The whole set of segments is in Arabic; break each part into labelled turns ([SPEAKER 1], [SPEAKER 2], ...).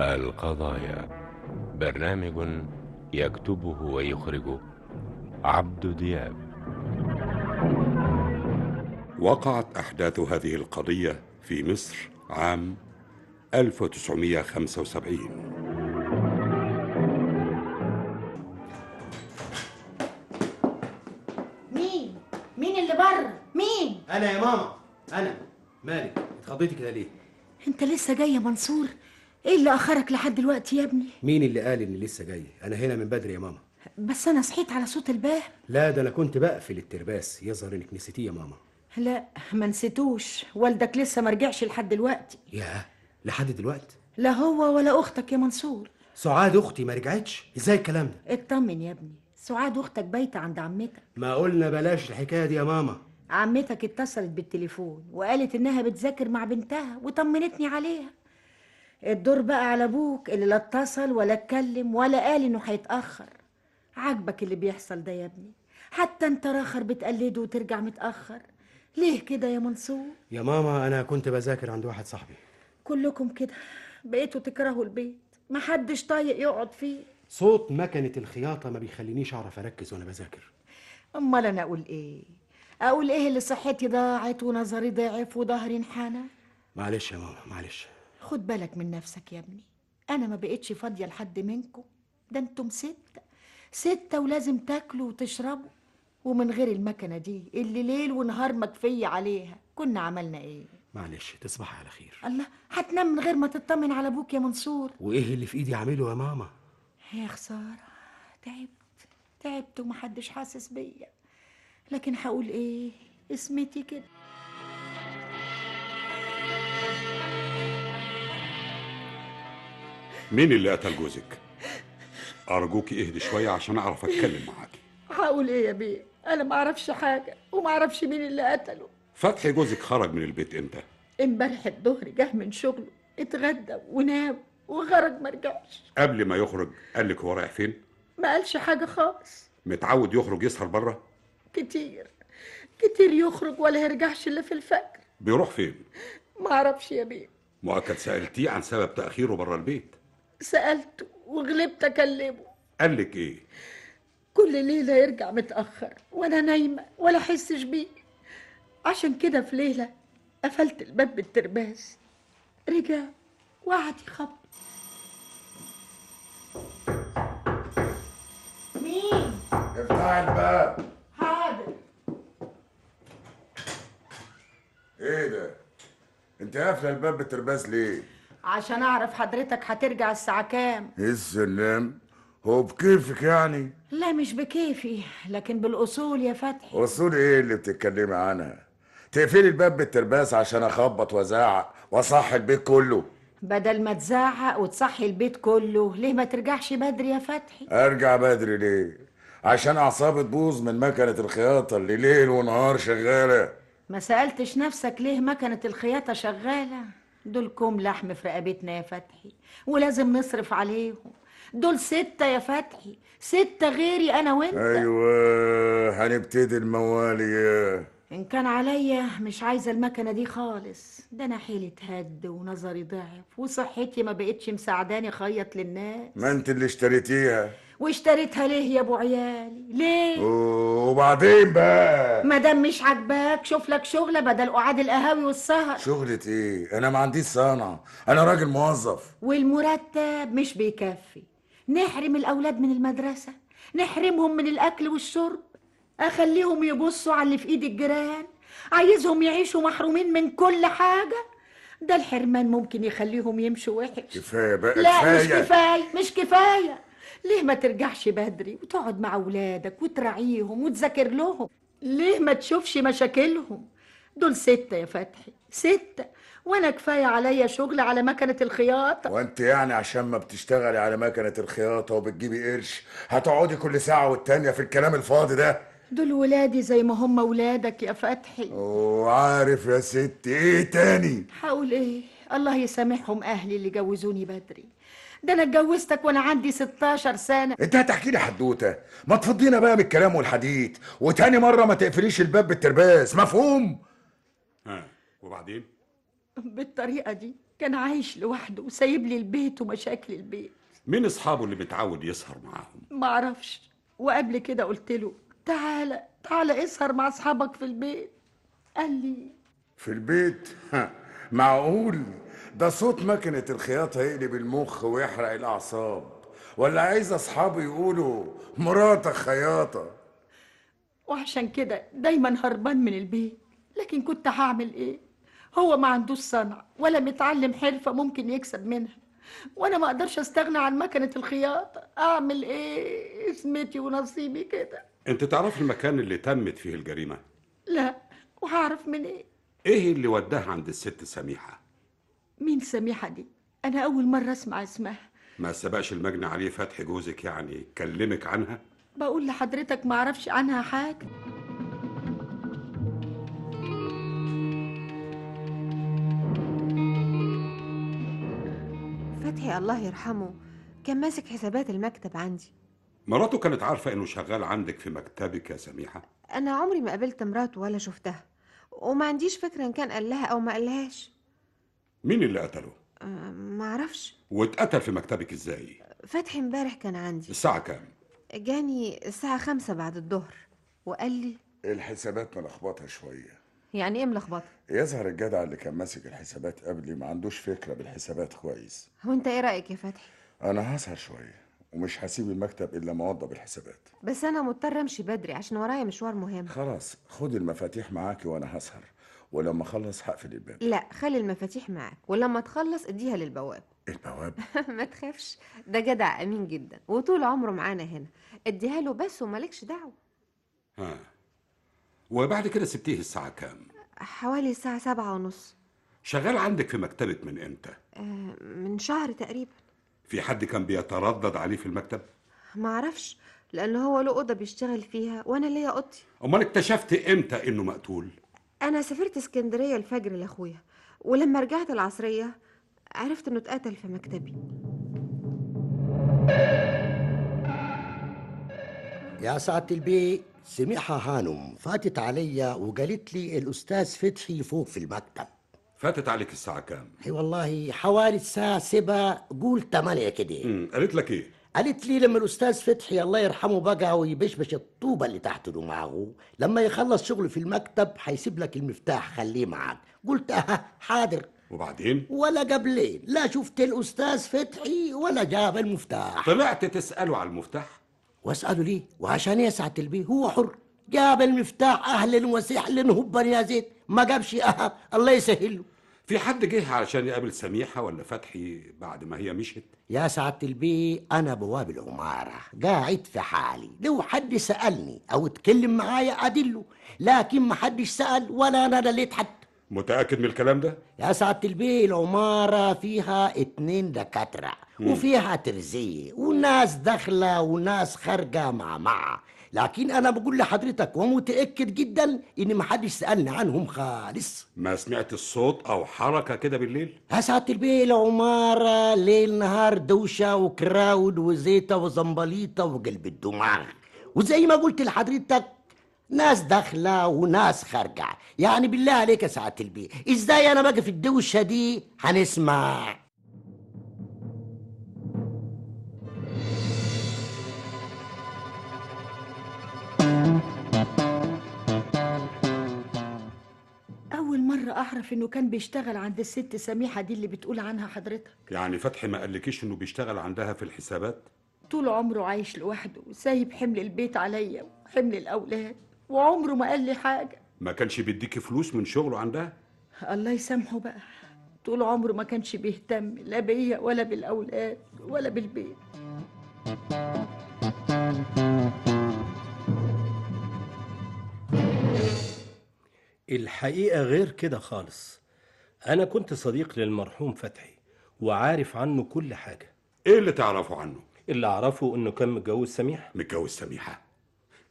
[SPEAKER 1] القضايا برنامج يكتبه ويخرجه عبد دياب
[SPEAKER 2] وقعت أحداث هذه القضية في مصر عام 1975
[SPEAKER 3] مين؟ مين اللي بره؟ مين؟
[SPEAKER 4] انا يا ماما انا مالك اتخضيتي كده ليه
[SPEAKER 3] انت لسه جاي يا منصور؟ ايه اللي اخرك لحد دلوقتي يا ابني؟
[SPEAKER 4] مين اللي قال اني لسه جاي انا هنا من بدري يا ماما
[SPEAKER 3] بس انا صحيت على صوت الباب
[SPEAKER 4] لا ده انا كنت بقفل الترباس يظهر انك نسيتيه يا ماما
[SPEAKER 3] لا ما نسيتوش والدك لسه ما رجعش لحد دلوقتي
[SPEAKER 4] ياه لحد دلوقتي
[SPEAKER 3] لا هو ولا اختك يا منصور
[SPEAKER 4] سعاد اختي ما رجعتش ازاي الكلام ده
[SPEAKER 3] اطمن يا ابني سعاد اختك بايته عند عمتك
[SPEAKER 4] ما قلنا بلاش الحكايه دي يا ماما
[SPEAKER 3] عمتك اتصلت بالتليفون وقالت انها بتذاكر مع بنتها وطمنتني عليها الدور بقى على ابوك اللي لا اتصل ولا اتكلم ولا قال انه هيتاخر عاجبك اللي بيحصل ده يا ابني حتى انت راخر بتقلده وترجع متاخر ليه كده يا منصور
[SPEAKER 4] يا ماما انا كنت بذاكر عند واحد صاحبي
[SPEAKER 3] كلكم كده بقيتوا تكرهوا البيت محدش طايق يقعد فيه
[SPEAKER 4] صوت مكنه الخياطه ما بيخلينيش اعرف اركز وانا بذاكر
[SPEAKER 3] امال انا اقول ايه اقول ايه اللي صحتي ضاعت ونظري ضعف وظهري انحنى
[SPEAKER 4] معلش يا ماما معلش
[SPEAKER 3] خد بالك من نفسك يا ابني انا ما بقتش فاضيه لحد منكم ده انتم ستة ستة ولازم تاكلوا وتشربوا ومن غير المكنة دي اللي ليل ونهار مكفية عليها كنا عملنا ايه
[SPEAKER 4] معلش تصبحي على خير
[SPEAKER 3] الله هتنام من غير ما تطمن على ابوك يا منصور
[SPEAKER 4] وايه اللي في ايدي اعمله يا ماما
[SPEAKER 3] يا خسارة تعبت تعبت ومحدش حاسس بيا لكن هقول ايه اسمتي كده
[SPEAKER 2] مين اللي قتل جوزك؟ أرجوك اهدي شوية عشان أعرف أتكلم معاك
[SPEAKER 3] هقول ايه يا بيه انا معرفش حاجة ومعرفش مين اللي قتله
[SPEAKER 2] فتحي جوزك خرج من البيت إمتى؟
[SPEAKER 3] امبارح الظهر جه من شغله اتغدى ونام وخرج ما رجعش
[SPEAKER 2] قبل ما يخرج قال لك هو رايح فين؟
[SPEAKER 3] ما قالش حاجة خالص
[SPEAKER 2] متعود يخرج يسهر بره؟
[SPEAKER 3] كتير كتير يخرج ولا يرجعش الا في الفجر
[SPEAKER 2] بيروح فين؟
[SPEAKER 3] ما اعرفش يا بيه
[SPEAKER 2] مؤكد سألتيه عن سبب تأخيره بره البيت
[SPEAKER 3] سألته وغلبت اكلمه
[SPEAKER 2] قال لك إيه؟
[SPEAKER 3] كل ليلة يرجع متأخر وأنا نايمة ولا أحسش بيه عشان كده في ليلة قفلت الباب بالترباس رجع وقعد يخبط مين؟
[SPEAKER 5] افتح الباب
[SPEAKER 3] حاضر
[SPEAKER 5] ايه ده انت قافله الباب بالترباس ليه
[SPEAKER 3] عشان أعرف حضرتك هترجع الساعة كام
[SPEAKER 5] ايه السلام هو بكيفك يعني
[SPEAKER 3] لا مش بكيفي لكن بالأصول يا فتحي
[SPEAKER 5] اصول ايه اللي بتتكلمي عنها تقفلي الباب بالترباس عشان اخبط وازعق واصح البيت كله
[SPEAKER 3] بدل ما تزعق وتصحي البيت كله ليه ما ترجعش بدري يا فتحي
[SPEAKER 5] ارجع بدري ليه عشان اعصابي تبوظ من مكنه الخياطه اللي ليل ونهار شغاله
[SPEAKER 3] ما سألتش نفسك ليه مكنة الخياطة شغالة دولكم لحم في رقبتنا يا فتحي ولازم نصرف عليهم دول ستة يا فتحي ستة غيري أنا وأنت
[SPEAKER 5] أيوه. ايوه هنبتدي الموالي
[SPEAKER 3] إن كان عليا مش عايزة المكنة دي خالص ده أنا حيلي هد ونظري ضعف وصحتي ما بقتش مساعداني أخيط للناس
[SPEAKER 5] ما انت اللي اشتريتيها
[SPEAKER 3] واشتريتها ليه يا أبو عيالي ليه؟
[SPEAKER 5] وبعدين بقى
[SPEAKER 3] مادام مش عاجباك شوف لك شغلة بدل قعاد القهاوي والسهر
[SPEAKER 5] شغلة ايه؟ انا ما عنديش صنعة، انا راجل موظف،
[SPEAKER 3] والمرتب مش بيكفي نحرم الأولاد من المدرسة نحرمهم من الأكل والشرب أخليهم يبصوا على اللي في إيد الجيران عايزهم يعيشوا محرومين من كل حاجة ده الحرمان ممكن يخليهم يمشوا وحش
[SPEAKER 5] كفاية بقى
[SPEAKER 3] لا مش
[SPEAKER 5] كفاية.
[SPEAKER 3] كفاية مش كفاية ليه ما ترجعش بدري وتقعد مع أولادك وتراعيهم وتذاكر لهم ليه ما تشوفش مشاكلهم دول ستة يا فتحي ستة وأنا كفاية عليا شغل على مكنة الخياطة
[SPEAKER 5] وانت يعني عشان ما بتشتغلي على مكنة الخياطة وبتجيبي قرش، هتقعدي كل ساعة والتانية في الكلام الفاضي ده،
[SPEAKER 3] دول ولادي زي ما هم ولادك يا فتحي
[SPEAKER 5] وعارف يا ست ايه تاني؟
[SPEAKER 3] هقول ايه الله يسامحهم اهلي اللي جوزوني بدري ده انا اتجوزتك وانا عندي 16 سنه
[SPEAKER 5] انت هتحكي لي حدوتة، ما تفضينا بقى من الكلام والحديد، وتاني مرة ما تقفليش الباب بالترباس، مفهوم؟
[SPEAKER 2] ها وبعدين؟
[SPEAKER 3] بالطريقه دي كان عايش لوحده وسايب لي البيت ومشاكل البيت
[SPEAKER 2] مين اصحابه اللي متعود يسهر معاهم
[SPEAKER 3] معرفش وقبل كده قلت له تعالى تعالى اسهر مع اصحابك في البيت قال لي
[SPEAKER 5] في البيت ها، معقول ده صوت مكنة الخياطة هيقلب المخ ويحرق الأعصاب ولا عايز أصحابي يقولوا مراتك خياطة
[SPEAKER 3] وعشان كده دايما هربان من البيت لكن كنت هعمل ايه هو ما عندوش صنعة ولا متعلم حرفة ممكن يكسب منها وانا ما اقدرش استغنى عن مكنة الخياطة اعمل ايه اسمتي ونصيبي كده
[SPEAKER 2] انت تعرف المكان اللي تمت فيه الجريمة
[SPEAKER 3] لا وهعرف من ايه
[SPEAKER 2] ايه اللي وداها عند الست سميحة
[SPEAKER 3] مين سميحة دي انا اول مرة اسمع اسمها
[SPEAKER 2] ما سبقش المجني عليه فتحي جوزك يعني كلمك عنها
[SPEAKER 3] بقول لحضرتك ما اعرفش عنها حاجة
[SPEAKER 6] فتحي الله يرحمه كان ماسك حسابات المكتب عندي
[SPEAKER 2] مراته كانت عارفة انه شغال عندك في مكتبك يا سميحة
[SPEAKER 6] أنا عمري ما قابلت مراته ولا شفتها وما عنديش فكرة إن كان قال لها أو ما قالهاش
[SPEAKER 2] مين اللي قتله
[SPEAKER 6] أه، معرفش
[SPEAKER 2] واتقتل في مكتبك ازاي
[SPEAKER 6] فتحي امبارح كان عندي
[SPEAKER 2] الساعة كام
[SPEAKER 6] جاني الساعة خمسة بعد الظهر وقال لي
[SPEAKER 5] الحسابات ملخبطة شوية
[SPEAKER 6] يعني إيه ملخبطة؟
[SPEAKER 5] يظهر الجدع اللي كان ماسك الحسابات قبلي ما عندوش فكرة بالحسابات كويس
[SPEAKER 6] هو أنت إيه رأيك يا فتحي؟
[SPEAKER 5] أنا هسهر شوية ومش هسيب المكتب إلا ما أوضب الحسابات
[SPEAKER 6] بس أنا مضطرة أمشي بدري عشان ورايا مشوار مهم
[SPEAKER 5] خلاص خد المفاتيح معاكي وأنا هسهر ولما أخلص هقفل الباب
[SPEAKER 6] لا خلي المفاتيح معاك ولما تخلص اديها للبواب
[SPEAKER 5] البواب
[SPEAKER 6] ما تخافش ده جدع أمين جدا وطول عمره معانا هنا اديها له بس ومالكش دعوة
[SPEAKER 2] ها وبعد كده سبتيه الساعة كام
[SPEAKER 6] حوالي الساعة سبعة ونص
[SPEAKER 2] شغال عندك في مكتبك من امتى
[SPEAKER 6] آه، من شهر تقريبا
[SPEAKER 2] في حد كان بيتردد عليه في المكتب
[SPEAKER 6] معرفش لأن هو له أوضة بيشتغل فيها وأنا ليا أوضتي
[SPEAKER 2] امال اكتشفت امتى انه مقتول
[SPEAKER 6] أنا سافرت اسكندرية الفجر لأخويا ولما رجعت العصرية عرفت إنه اتقتل في مكتبي
[SPEAKER 7] يا سعادة البي سميحة هانم فاتت عليا وقالت لي الأستاذ فتحي فوق في المكتب
[SPEAKER 2] فاتت عليك الساعة كام
[SPEAKER 7] اي والله حوالي الساعة سبعة قول تمانية كده
[SPEAKER 2] امم قالت لك ايه
[SPEAKER 7] قالت لي لما الأستاذ فتحي الله يرحمه بقى ويبشبش الطوبة اللي تحت ده معه لما يخلص شغله في المكتب هيسيب لك المفتاح خليه معاك قلت أه حاضر
[SPEAKER 2] وبعدين
[SPEAKER 7] ولا قبلين لا شفت الأستاذ فتحي ولا جاب المفتاح
[SPEAKER 2] طلعت تسأله على المفتاح
[SPEAKER 7] واسأله ليه وعشان يسعة البيه هو حر جاب المفتاح أهلا وسهلا هبا يا زيد ما جابش أهب الله يسهله
[SPEAKER 2] في حد جه علشان يقابل سميحة ولا فتحي بعد ما هي مشت
[SPEAKER 7] يا سعادة البيه أنا بواب العمارة قاعد في حالي لو حد سألني أو اتكلم معايا أدله لكن ما حدش سأل ولا أنا دليت حد
[SPEAKER 2] متأكد من الكلام ده
[SPEAKER 7] يا سعادة البيه العمارة فيها اتنين دكاترة وفيها ترزية وناس داخلة وناس خارجة مع مع لكن أنا بقول لحضرتك ومتأكد جدا إن محدش سألني عنهم خالص
[SPEAKER 2] ما سمعت الصوت او حركة كده بالليل
[SPEAKER 7] يا سعادة البيه العمارة ليل نهار دوشة وكراود وزيتة وزنبليطة وقلب الدماغ وزي ما قلت لحضرتك ناس داخلة وناس خارجة يعني بالله عليك يا سعادة البيه ازاي انا بقى في الدوشة دي هنسمع
[SPEAKER 3] اول مرة اعرف انه كان بيشتغل عند الست سميحة دي اللي بتقول عنها حضرتك
[SPEAKER 2] يعني فتحي ما قالكيش انه بيشتغل عندها في الحسابات
[SPEAKER 3] طول عمره عايش لوحده وسايب حمل البيت عليا وحمل الأولاد وعمره ما قال لي حاجة
[SPEAKER 2] ما كانش بيديكي فلوس من شغله عندها
[SPEAKER 3] الله يسامحه بقى طول عمره ما كانش بيهتم لا بيا ولا بالأولاد ولا بالبيت
[SPEAKER 8] الحقيقة غير كده خالص أنا كنت صديق للمرحوم فتحي وعارف عنه كل حاجة
[SPEAKER 2] ايه اللي تعرفه عنه
[SPEAKER 8] اللي أعرفه إنه كان متجوز سميح
[SPEAKER 2] متجوز سميحة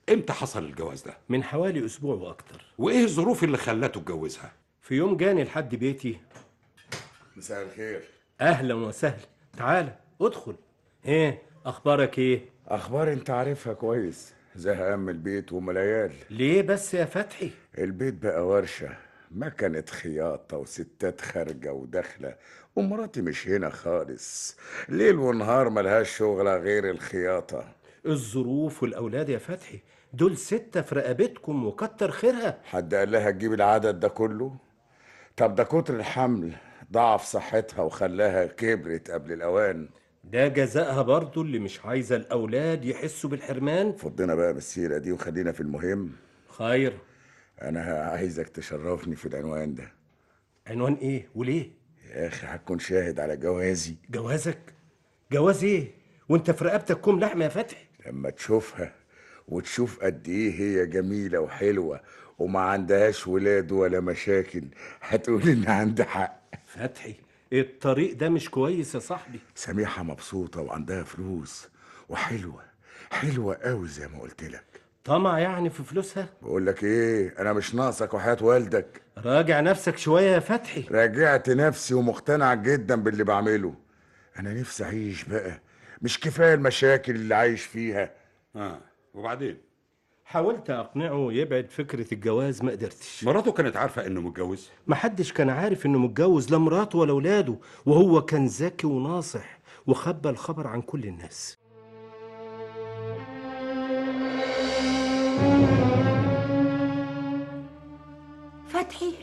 [SPEAKER 2] امتى حصل الجواز ده
[SPEAKER 8] من حوالي أسبوع وأكتر
[SPEAKER 2] وايه الظروف اللي خلته اتجوزها
[SPEAKER 8] في يوم جاني لحد بيتي
[SPEAKER 5] مساء الخير
[SPEAKER 8] أهلا وسهلا تعالى أدخل إيه أخبارك إيه؟
[SPEAKER 5] أخبار أنت عارفها كويس زهقان من البيت ومليال
[SPEAKER 8] ليه بس يا فتحي؟
[SPEAKER 5] البيت بقى ورشة ما كانت خياطة وستات خارجة وداخلة ومراتي مش هنا خالص ليل ونهار ملهاش شغلة غير الخياطة
[SPEAKER 8] الظروف والأولاد يا فتحي دول ستة في رقبتكم وكتر خيرها
[SPEAKER 5] حد قال لها تجيب العدد ده كله طب ده كتر الحمل ضعف صحتها وخلاها كبرت قبل الأوان
[SPEAKER 8] ده جزاءها برضو اللي مش عايزة الأولاد يحسوا بالحرمان
[SPEAKER 5] فضينا بقى من السيرة دي وخلينا في المهم
[SPEAKER 8] خير
[SPEAKER 5] أنا عايزك تشرفني في العنوان ده
[SPEAKER 8] عنوان إيه وليه
[SPEAKER 5] يا أخي هتكون شاهد على جوازي
[SPEAKER 8] جوازك جواز إيه وانت في رقبتك كوم لحمة يا فتحي
[SPEAKER 5] لما تشوفها وتشوف قد ايه هي جميلة وحلوة وما عندهاش ولاد ولا مشاكل هتقول ان عندي حق
[SPEAKER 8] فتحي الطريق ده مش كويس يا صاحبي
[SPEAKER 5] سميحة مبسوطة وعندها فلوس وحلوة حلوة قوي زي ما قلت لك
[SPEAKER 8] طمع يعني في فلوسها
[SPEAKER 5] بقول لك ايه انا مش ناقصك وحياة والدك
[SPEAKER 8] راجع نفسك شوية يا فتحي
[SPEAKER 5] راجعت نفسي ومقتنع جدا باللي بعمله انا نفسي اعيش بقى مش كفاية المشاكل اللي عايش فيها
[SPEAKER 2] اه وبعدين
[SPEAKER 8] حاولت أقنعه يبعد فكرة الجواز ما قدرتش
[SPEAKER 2] مراته كانت عارفة انه متجوز
[SPEAKER 8] محدش كان عارف انه متجوز لا مراته ولا ولاده وهو كان ذكي وناصح وخبى الخبر عن كل الناس
[SPEAKER 3] فتحي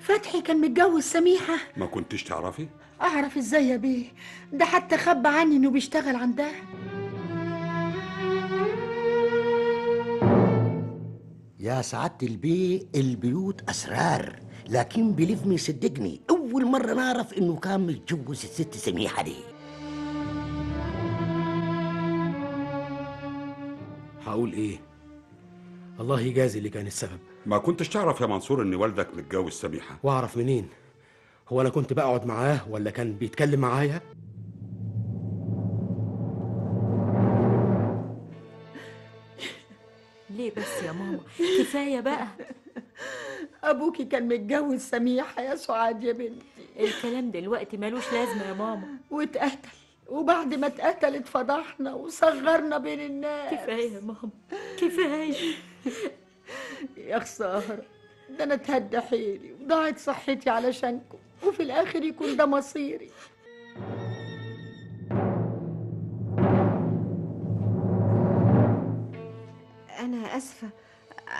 [SPEAKER 3] فتحي كان متجوز سميحه
[SPEAKER 2] ما كنتش تعرفي
[SPEAKER 3] اعرف ازاي يا بيه ده حتى خبى عني انه بيشتغل عندها
[SPEAKER 7] يا سعادة البيه البيوت أسرار لكن بلفني صدقني أول مرة نعرف إنه كان متجوز الست سميحة دي
[SPEAKER 4] هقول ايه الله يجازي اللي كان السبب
[SPEAKER 2] ما كنتش تعرف يا منصور ان والدك متجوز سميحة
[SPEAKER 4] واعرف منين هو انا كنت بقعد معاه ولا كان بيتكلم معايا
[SPEAKER 9] ليه بس يا ماما كفاية بقى
[SPEAKER 3] ابوكي كان متجوز سميحه يا سعاد يا بنتي
[SPEAKER 9] الكلام دلوقتي ملوش لازمة يا ماما
[SPEAKER 3] واتقتل وبعد ما اتقتل اتفضحنا وصغرنا بين الناس
[SPEAKER 9] كفاية يا ماما كفاية
[SPEAKER 3] يا خسارة ده أنا اتهدى حيلي وضاعت صحتي علشانكم وفي الآخر يكون ده مصيري
[SPEAKER 6] أنا آسفة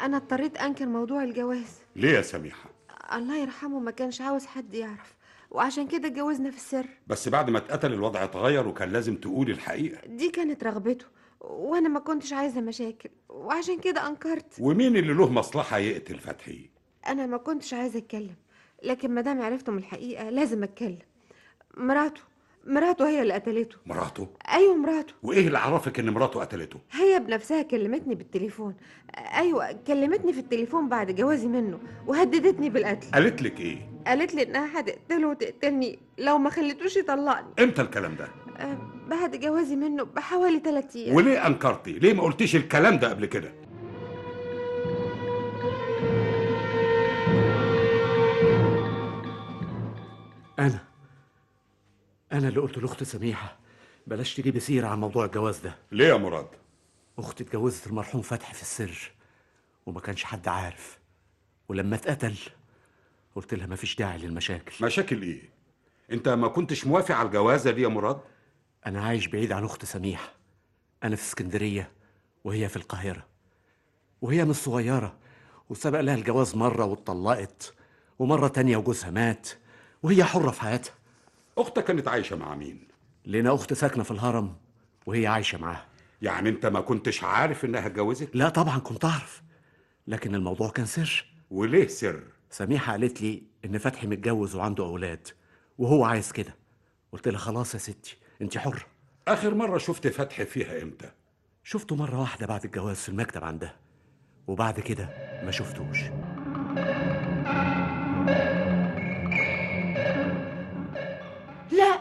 [SPEAKER 6] أنا اضطريت أنكر موضوع الجواز
[SPEAKER 2] ليه يا سميحة
[SPEAKER 6] الله يرحمه ما كانش عاوز حد يعرف وعشان كده اتجوزنا في السر
[SPEAKER 2] بس بعد ما اتقتل الوضع اتغير وكان لازم تقولي الحقيقة
[SPEAKER 6] دي كانت رغبته وأنا ما كنتش عايزة مشاكل وعشان كده أنكرت
[SPEAKER 2] ومين اللي له مصلحة يقتل فتحي
[SPEAKER 6] أنا ما كنتش عايزة أتكلم لكن مادام عرفتم الحقيقة لازم أتكلم مراته مراته هي اللي قتلته
[SPEAKER 2] مراته
[SPEAKER 6] أيوة مراته
[SPEAKER 2] وايه إيه اللي عرفك ان مراته قتلته
[SPEAKER 6] هي بنفسها كلمتني بالتليفون ايوه كلمتني في التليفون بعد جوازي منه وهددتني بالقتل
[SPEAKER 2] قالت لك ايه
[SPEAKER 6] قالت لي انها هتقتله وتقتلني لو ما خليتوش يطلقني
[SPEAKER 2] امتى الكلام ده
[SPEAKER 6] أه، بعد جوازي منه بحوالي ثلاث ايام
[SPEAKER 2] وليه انكرتي ليه ما قلتيش الكلام ده قبل كده
[SPEAKER 4] انا انا اللي قلت لاخت سميحه بلاش تجيبي سيره عن موضوع الجواز ده
[SPEAKER 2] ليه يا مراد
[SPEAKER 4] اختي اتجوزت المرحوم فتحي في السر وما كانش حد عارف ولما اتقتل قلت لها مفيش داعي للمشاكل
[SPEAKER 2] مشاكل ايه انت ما كنتش موافق على الجوازه دي يا مراد
[SPEAKER 4] انا عايش بعيد عن اخت سميحه انا في اسكندريه وهي في القاهره وهي مش صغيره وسبق لها الجواز مره واتطلقت ومره تانية وجوزها مات وهي حره في حياتها
[SPEAKER 2] اختك كانت عايشه مع مين
[SPEAKER 4] لنا اخت ساكنه في الهرم وهي عايشه معاها
[SPEAKER 2] يعني انت ما كنتش عارف انها اتجوزت
[SPEAKER 4] لا طبعا كنت اعرف لكن الموضوع كان سر
[SPEAKER 2] وليه سر
[SPEAKER 4] سميحة قالت لي إن فتحي متجوز وعنده أولاد وهو عايز كده قلت لها خلاص يا ستي أنت حرة
[SPEAKER 2] اخر مره شفت فتحي فيها امتى
[SPEAKER 4] شفته مرة واحدة بعد الجواز في المكتب عندها وبعد كده ما شفتوش
[SPEAKER 3] لا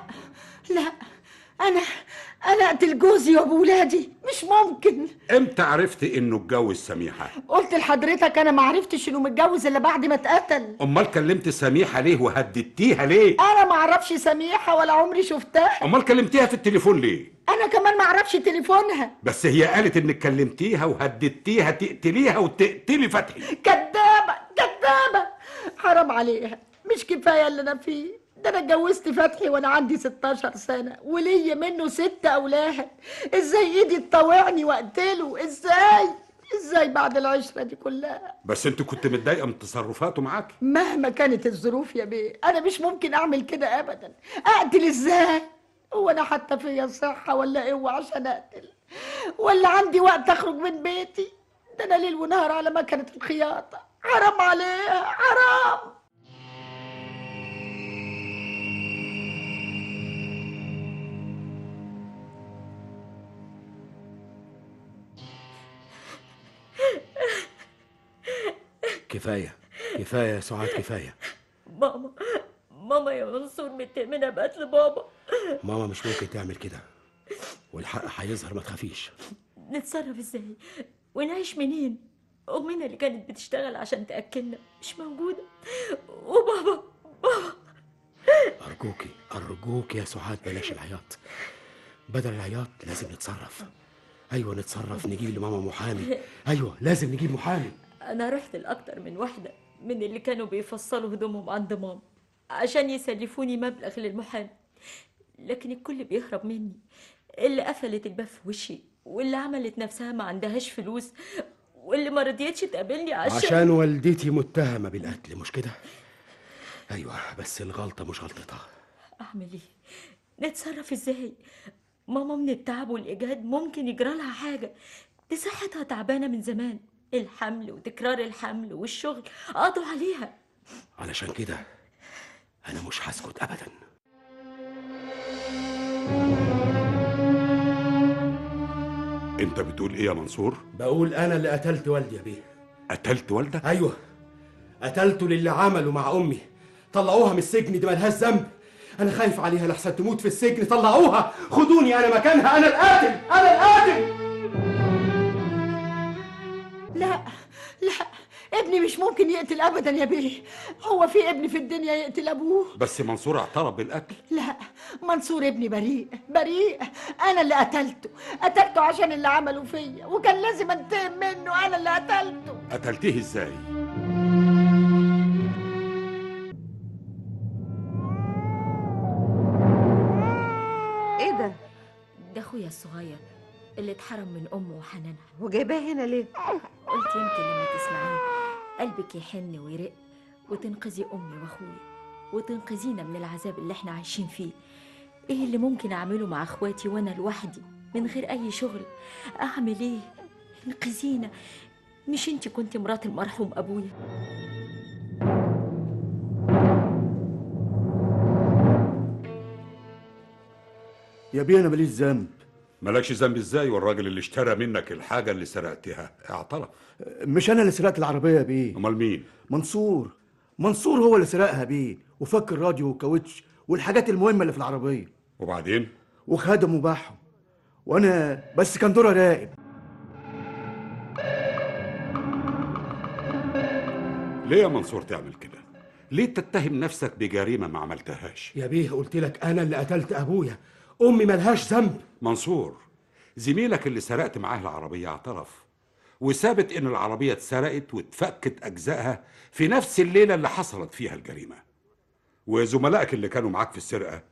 [SPEAKER 3] لا أنا أنا أقتل جوزي وأبو ولادي مش ممكن
[SPEAKER 2] امتى عرفت انه اتجوز سميحه
[SPEAKER 3] قلت لحضرتك أنا معرفتش إنه متجوز إلا بعد ما اتقتل
[SPEAKER 2] امال كلمت سميحه ليه وهددتيها ليه
[SPEAKER 3] أنا معرفش سميحة ولا عمري شفتها
[SPEAKER 2] امال كلمتيها في التليفون ليه
[SPEAKER 3] أنا كمان معرفش تليفونها
[SPEAKER 2] بس هي قالت انك كلمتيها وهددتيها تقتليها وتقتلي فتحي
[SPEAKER 3] كدابة كدابة حرام عليها مش كفايه اللي انا فيه ده انا اتجوزت فتحي وانا عندي 16 سنه وليا منه ست اولاد ازاي ايدي تطوعني واقتله ازاي ازاي بعد العشره دي كلها
[SPEAKER 2] بس انت كنت متضايقه من تصرفاته معاك
[SPEAKER 3] مهما كانت الظروف يا بيه انا مش ممكن اعمل كده ابدا اقتل ازاي هو انا حتى فيا صحه ولا قوه عشان اقتل ولا عندي وقت اخرج من بيتي ده انا ليل ونهار على مكنه الخياطه حرام عليها حرام
[SPEAKER 4] كفايه كفايه يا سعاد كفايه
[SPEAKER 9] ماما ماما يا منصور متهمنا بقتل بابا
[SPEAKER 4] ماما مش ممكن تعمل كده والحق هيظهر ما تخافيش
[SPEAKER 9] نتصرف ازاي ونعيش منين امنا اللي كانت بتشتغل عشان تاكلنا مش موجوده وبابا بابا
[SPEAKER 4] أرجوكي أرجوك يا سعاد بلاش العياط بدل العياط لازم نتصرف أيوة نتصرف نجيب لماما محامي أيوة لازم نجيب محامي
[SPEAKER 9] انا رحت لاكتر من واحده من اللي كانوا بيفصلوا هدومهم عند ماما عشان يسلفوني مبلغ للمحامي لكن الكل بيهرب مني اللي قفلت الباب في وشي واللي عملت نفسها ما عندهاش فلوس واللي ما رضيتش تقابلني عشان,
[SPEAKER 4] عشان والدتي متهمة بالقتل مش كده؟ أيوة بس الغلطة مش غلطتها
[SPEAKER 9] اعمل ايه نتصرف ازاي ماما من التعب والاجهاد ممكن يجرى لها حاجه دي صحتها تعبانه من زمان الحمل وتكرار الحمل والشغل قضوا عليها
[SPEAKER 4] علشان كده أنا مش هسكت أبدا
[SPEAKER 2] انت بتقول ايه يا منصور
[SPEAKER 4] بقول أنا اللي قتلت والدي يا بيه
[SPEAKER 2] قتلت والدك
[SPEAKER 4] أيوة قتلته للي عمله مع أمي طلعوها من السجن دي ملهاش ذنب أنا خايف عليها لحسن تموت في السجن طلعوها خدوني أنا مكانها أنا القاتل أنا القاتل
[SPEAKER 3] لا لا ابني مش ممكن يقتل ابدا يا بيه هو في ابن في الدنيا يقتل ابوه
[SPEAKER 2] بس منصور اعترف بالقتل
[SPEAKER 3] لا منصور ابني بريء بريء انا اللي قتلته قتلته عشان اللي عمله فيا وكان لازم انتقم منه انا اللي قتلته
[SPEAKER 2] قتلتيه ازاي
[SPEAKER 6] ايه ده
[SPEAKER 9] ده اخويا الصغير اللي اتحرم من امه وحنانها
[SPEAKER 6] وجايباه هنا ليه
[SPEAKER 9] قلت يمكن لما تسمعيه قلبك يحن ويرق وتنقذي امي واخويا وتنقذينا من العذاب اللي احنا عايشين فيه ايه اللي ممكن اعمله مع اخواتي وانا لوحدي من غير اي شغل اعمل ايه انقذينا مش انت كنت مرات المرحوم ابويا
[SPEAKER 4] يا بيه أنا ماليش ذنب
[SPEAKER 2] مالكش ذنب ازاي والراجل اللي اشترى منك الحاجه اللي سرقتها اعترف
[SPEAKER 4] مش أنا اللي سرقت العربية يا بيه
[SPEAKER 2] امال مين
[SPEAKER 4] منصور منصور هو اللي سرقها بيه وفك الراديو والكاوتش والحاجات المهمة اللي في العربية
[SPEAKER 2] وبعدين
[SPEAKER 4] وخدم وباعهم وأنا بس كان دوري راقب
[SPEAKER 2] ليه يا منصور تعمل كده ليه تتهم نفسك بجريمه ما عملتهاش
[SPEAKER 4] يا بيه قلت لك أنا اللي قتلت أبويا أمي ملهاش ذنب
[SPEAKER 2] منصور زميلك اللي سرقت معاه العربية اعترف وثابت إن العربية اتسرقت واتفكت أجزائها في نفس الليلة اللي حصلت فيها الجريمة وزملائك اللي كانوا معاك في السرقة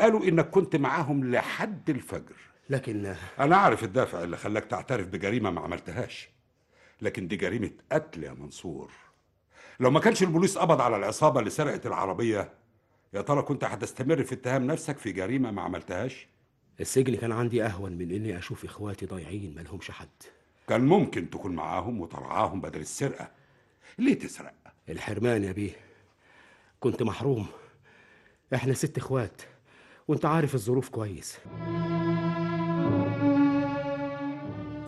[SPEAKER 2] قالوا إنك كنت معاهم لحد الفجر
[SPEAKER 4] لكن
[SPEAKER 2] أنا عارف الدافع اللي خلاك تعترف بجريمة ما عملتهاش لكن دي جريمة قتل يا منصور لو ما كانش البوليس قبض على العصابة اللي سرقت العربية يا ترى كنت هتستمر في اتهام نفسك في جريمة ما عملتهاش؟
[SPEAKER 4] السجن كان عندي أهون من إني أشوف إخواتي ضايعين مالهمش حد
[SPEAKER 2] كان ممكن تكون معاهم وترعاهم بدل السرقة ليه تسرق؟
[SPEAKER 4] الحرمان يا بيه كنت محروم احنا ست اخوات وانت عارف الظروف كويس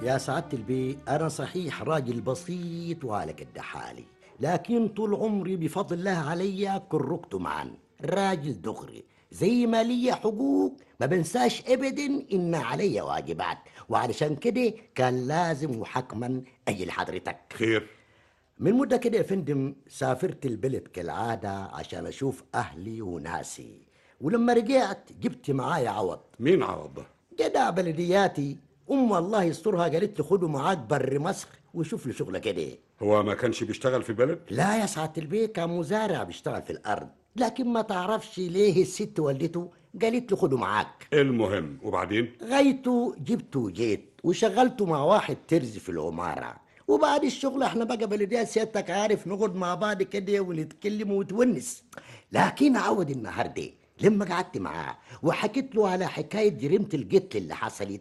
[SPEAKER 7] يا سعادة البي أنا صحيح راجل بسيط وعلى قد حالي لكن طول عمري بفضل الله عليا كركته معا راجل دغري زي ما ليا حقوق ما بنساش ابدا ان عليا واجبات وعلشان كده كان لازم وحكما اجي لحضرتك
[SPEAKER 2] خير
[SPEAKER 7] من مدة كده يا فندم سافرت البلد كالعادة عشان أشوف أهلي وناسي ولما رجعت جبت معايا عوض
[SPEAKER 2] مين عوض ده؟
[SPEAKER 7] جدع بلدياتي أم والله يسترها قالت لي خده معاك بر مصر وشوف له شغلة كده
[SPEAKER 2] هو ما كانش بيشتغل في بلد
[SPEAKER 7] لا يا سعادة البيه كان مزارع بيشتغل في الأرض لكن ما تعرفش ليه الست والدته قالت له خده معاك
[SPEAKER 2] المهم وبعدين
[SPEAKER 7] غايته جبته وجيت وشغلته مع واحد ترزي في العمارة وبعد الشغل احنا بقى بلدية سيادتك عارف نقعد مع بعض كده ونتكلم وتونس لكن عود النهاردة لما قعدت معاه وحكيت له على حكاية جريمة القتل اللي حصلت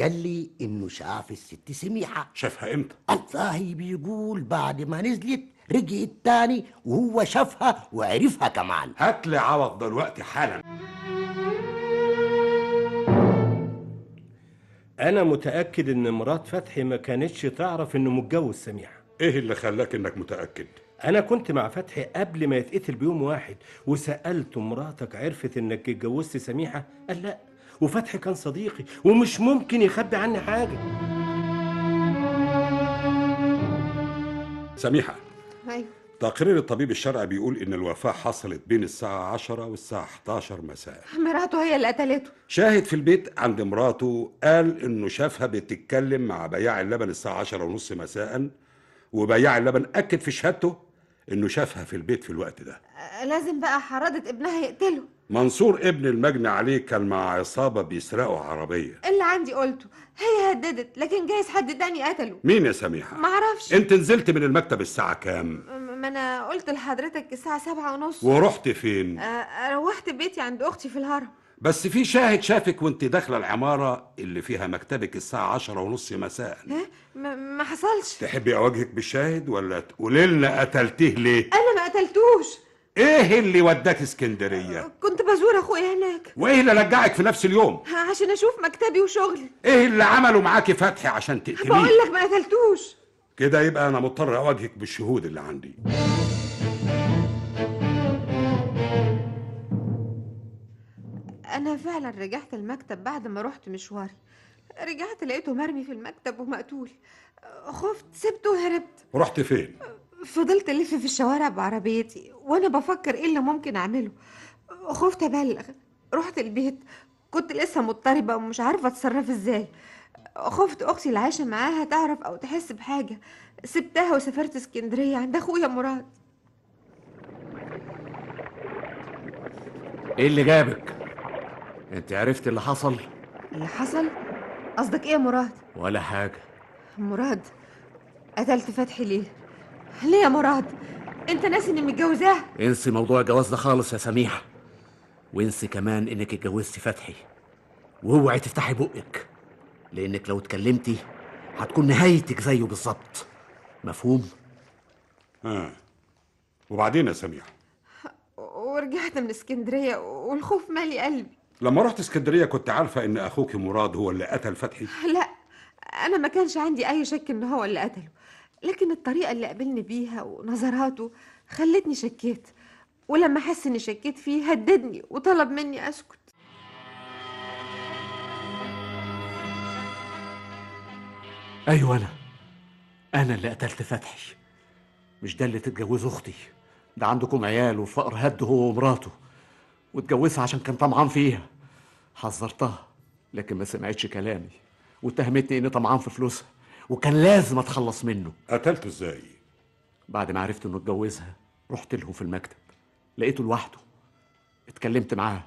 [SPEAKER 7] قال لي انه شاف الست سميحة
[SPEAKER 2] شافها امتى
[SPEAKER 7] الله بيقول بعد ما نزلت رجعت تاني وهو شافها وعرفها كمان
[SPEAKER 2] هات لي عوض دلوقتي حالا
[SPEAKER 8] أنا متأكد إن مرات فتحي ما كانتش تعرف إنه متجوز سميحة
[SPEAKER 2] ايه اللي خلاك انك متاكد
[SPEAKER 8] أنا كنت مع فتحي قبل ما يتقتل بيوم واحد وسألته مراتك عرفت إنك اتجوزت سميحة؟ قال لأ وفتحي كان صديقي ومش ممكن يخبي عني حاجة
[SPEAKER 2] سميحه
[SPEAKER 6] ايوه
[SPEAKER 2] تقرير الطبيب الشرعي بيقول ان الوفاه حصلت بين الساعه 10 والساعه 11 مساء
[SPEAKER 6] مراته هي اللي قتلته
[SPEAKER 2] شاهد في البيت عند مراته قال انه شافها بتتكلم مع بياع اللبن الساعه 10 ونص مساء وبياع اللبن اكد في شهادته انه شافها في البيت في الوقت ده
[SPEAKER 6] آه، لازم بقى حرادة ابنها يقتله
[SPEAKER 2] منصور ابن المجني عليه كان مع عصابه بيسرقوا عربيه
[SPEAKER 6] اللي عندي قلته هي هددت لكن جايز حد تاني قتله
[SPEAKER 2] مين يا سميحه
[SPEAKER 6] معرفش
[SPEAKER 2] انت نزلت من المكتب الساعه كام
[SPEAKER 6] م- ما انا قلت لحضرتك الساعة سبعة ونص
[SPEAKER 2] ورحت فين
[SPEAKER 6] آه، روحت بيتي عند اختي في الهرم
[SPEAKER 2] بس في شاهد شافك وانت داخله العماره اللي فيها مكتبك الساعه 10 ونص مساء
[SPEAKER 6] ها ما- ما حصلش
[SPEAKER 2] تحبي اواجهك بالشاهد ولا تقولي لنا قتلتيه ليه
[SPEAKER 6] انا ما قتلتوش
[SPEAKER 2] ايه اللي وداك اسكندريه
[SPEAKER 6] كنت بزور اخويا هناك
[SPEAKER 2] وايه اللي رجعك في نفس اليوم
[SPEAKER 6] عشان اشوف مكتبي وشغلي
[SPEAKER 2] ايه اللي عمله معاكي فتحي عشان
[SPEAKER 6] بقول
[SPEAKER 2] تقتليه
[SPEAKER 6] لك ما قتلتوش
[SPEAKER 2] كده يبقى انا مضطر اواجهك بالشهود اللي عندي
[SPEAKER 6] انا فعلا رجعت المكتب بعد ما رحت مشواري رجعت لقيته مرمي في المكتب ومقتول خفت سبته وهربت
[SPEAKER 2] رحت فين
[SPEAKER 6] فضلت الف في الشوارع بعربيتي وانا بفكر ايه اللي ممكن اعمله خفت ابلغ رحت البيت كنت لسه مضطربه ومش عارفه اتصرف ازاي خفت اختي اللي عايشه معاها تعرف او تحس بحاجه سبتها وسافرت اسكندريه عند اخويا مراد
[SPEAKER 4] ايه اللي جابك انت عرفت اللي حصل
[SPEAKER 6] اللي حصل قصدك ايه يا مراد
[SPEAKER 4] ولا حاجه
[SPEAKER 6] مراد قتلت فتحي ليه؟ ليه يا مراد؟ انت ناسي اني متجوزاه؟
[SPEAKER 4] انسي موضوع الجواز ده خالص يا سميحه وانسي كمان انك اتجوزتي فتحي واوعي تفتحي بقك لانك لو اتكلمتي هتكون نهايتك زيه بالظبط مفهوم
[SPEAKER 2] آه. وبعدين يا سميحه
[SPEAKER 6] ورجعت من اسكندريه والخوف مالي قلبي،
[SPEAKER 2] لما رحت اسكندريه كنت عارفه ان اخوك مراد هو اللي قتل فتحي
[SPEAKER 6] لا انا ما كانش عندي اي شك ان هو اللي قتله، لكن الطريقه اللي قابلني بيها ونظراته خلتني شكيت، ولما حس اني شكيت فيه هددني وطلب مني اسكت،
[SPEAKER 4] ايوه انا انا اللي قتلت فتحي مش ده اللي تتجوز اختي ده عندكم عيال وفقر هد هو ومراته واتجوزها عشان كان طمعان فيها حذرتها لكن ما سمعتش كلامي واتهمتني اني طمعان في فلوسها وكان لازم اتخلص منه
[SPEAKER 2] قتلته ازاي
[SPEAKER 4] بعد ما عرفت انه اتجوزها رحت لهم في المكتب لقيته لوحده اتكلمت معاه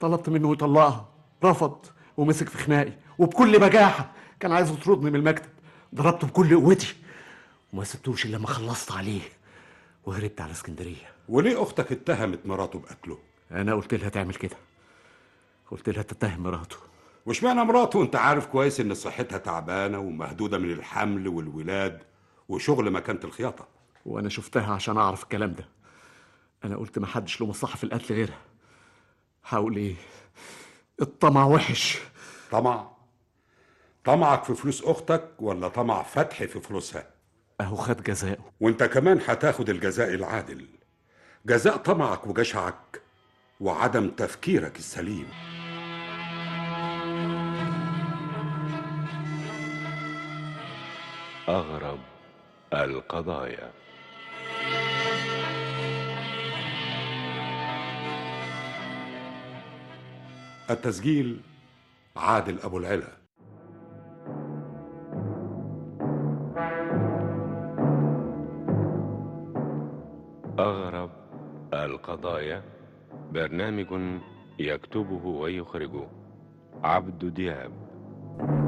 [SPEAKER 4] طلبت منه يطلقها رفض ومسك في خناقي وبكل بجاحه كان عايز يطردني من المكتب ضربته بكل قوتي وما سبتوش الا لما خلصت عليه وهربت على اسكندريه
[SPEAKER 2] وليه اختك اتهمت مراته بقتله
[SPEAKER 4] انا قلت لها تعمل كده قلت لها تتهم مراته
[SPEAKER 2] واشمعنى مراته وانت عارف كويس ان صحتها تعبانه ومهدوده من الحمل والولاد وشغل مكانه الخياطه
[SPEAKER 4] وانا شفتها عشان اعرف الكلام ده انا قلت ما حدش له مصلحه في القتل غيرها هقول ايه الطمع وحش
[SPEAKER 2] طمع طمعك في فلوس اختك ولا طمع فتحي في فلوسها
[SPEAKER 4] اهو خد جزاؤه
[SPEAKER 2] وانت كمان هتاخد الجزاء العادل جزاء طمعك وجشعك وعدم تفكيرك السليم
[SPEAKER 1] أغرب القضايا
[SPEAKER 2] التسجيل عادل ابو العلا
[SPEAKER 1] أغرب القضايا برنامج يكتبه ويخرجه عبد دياب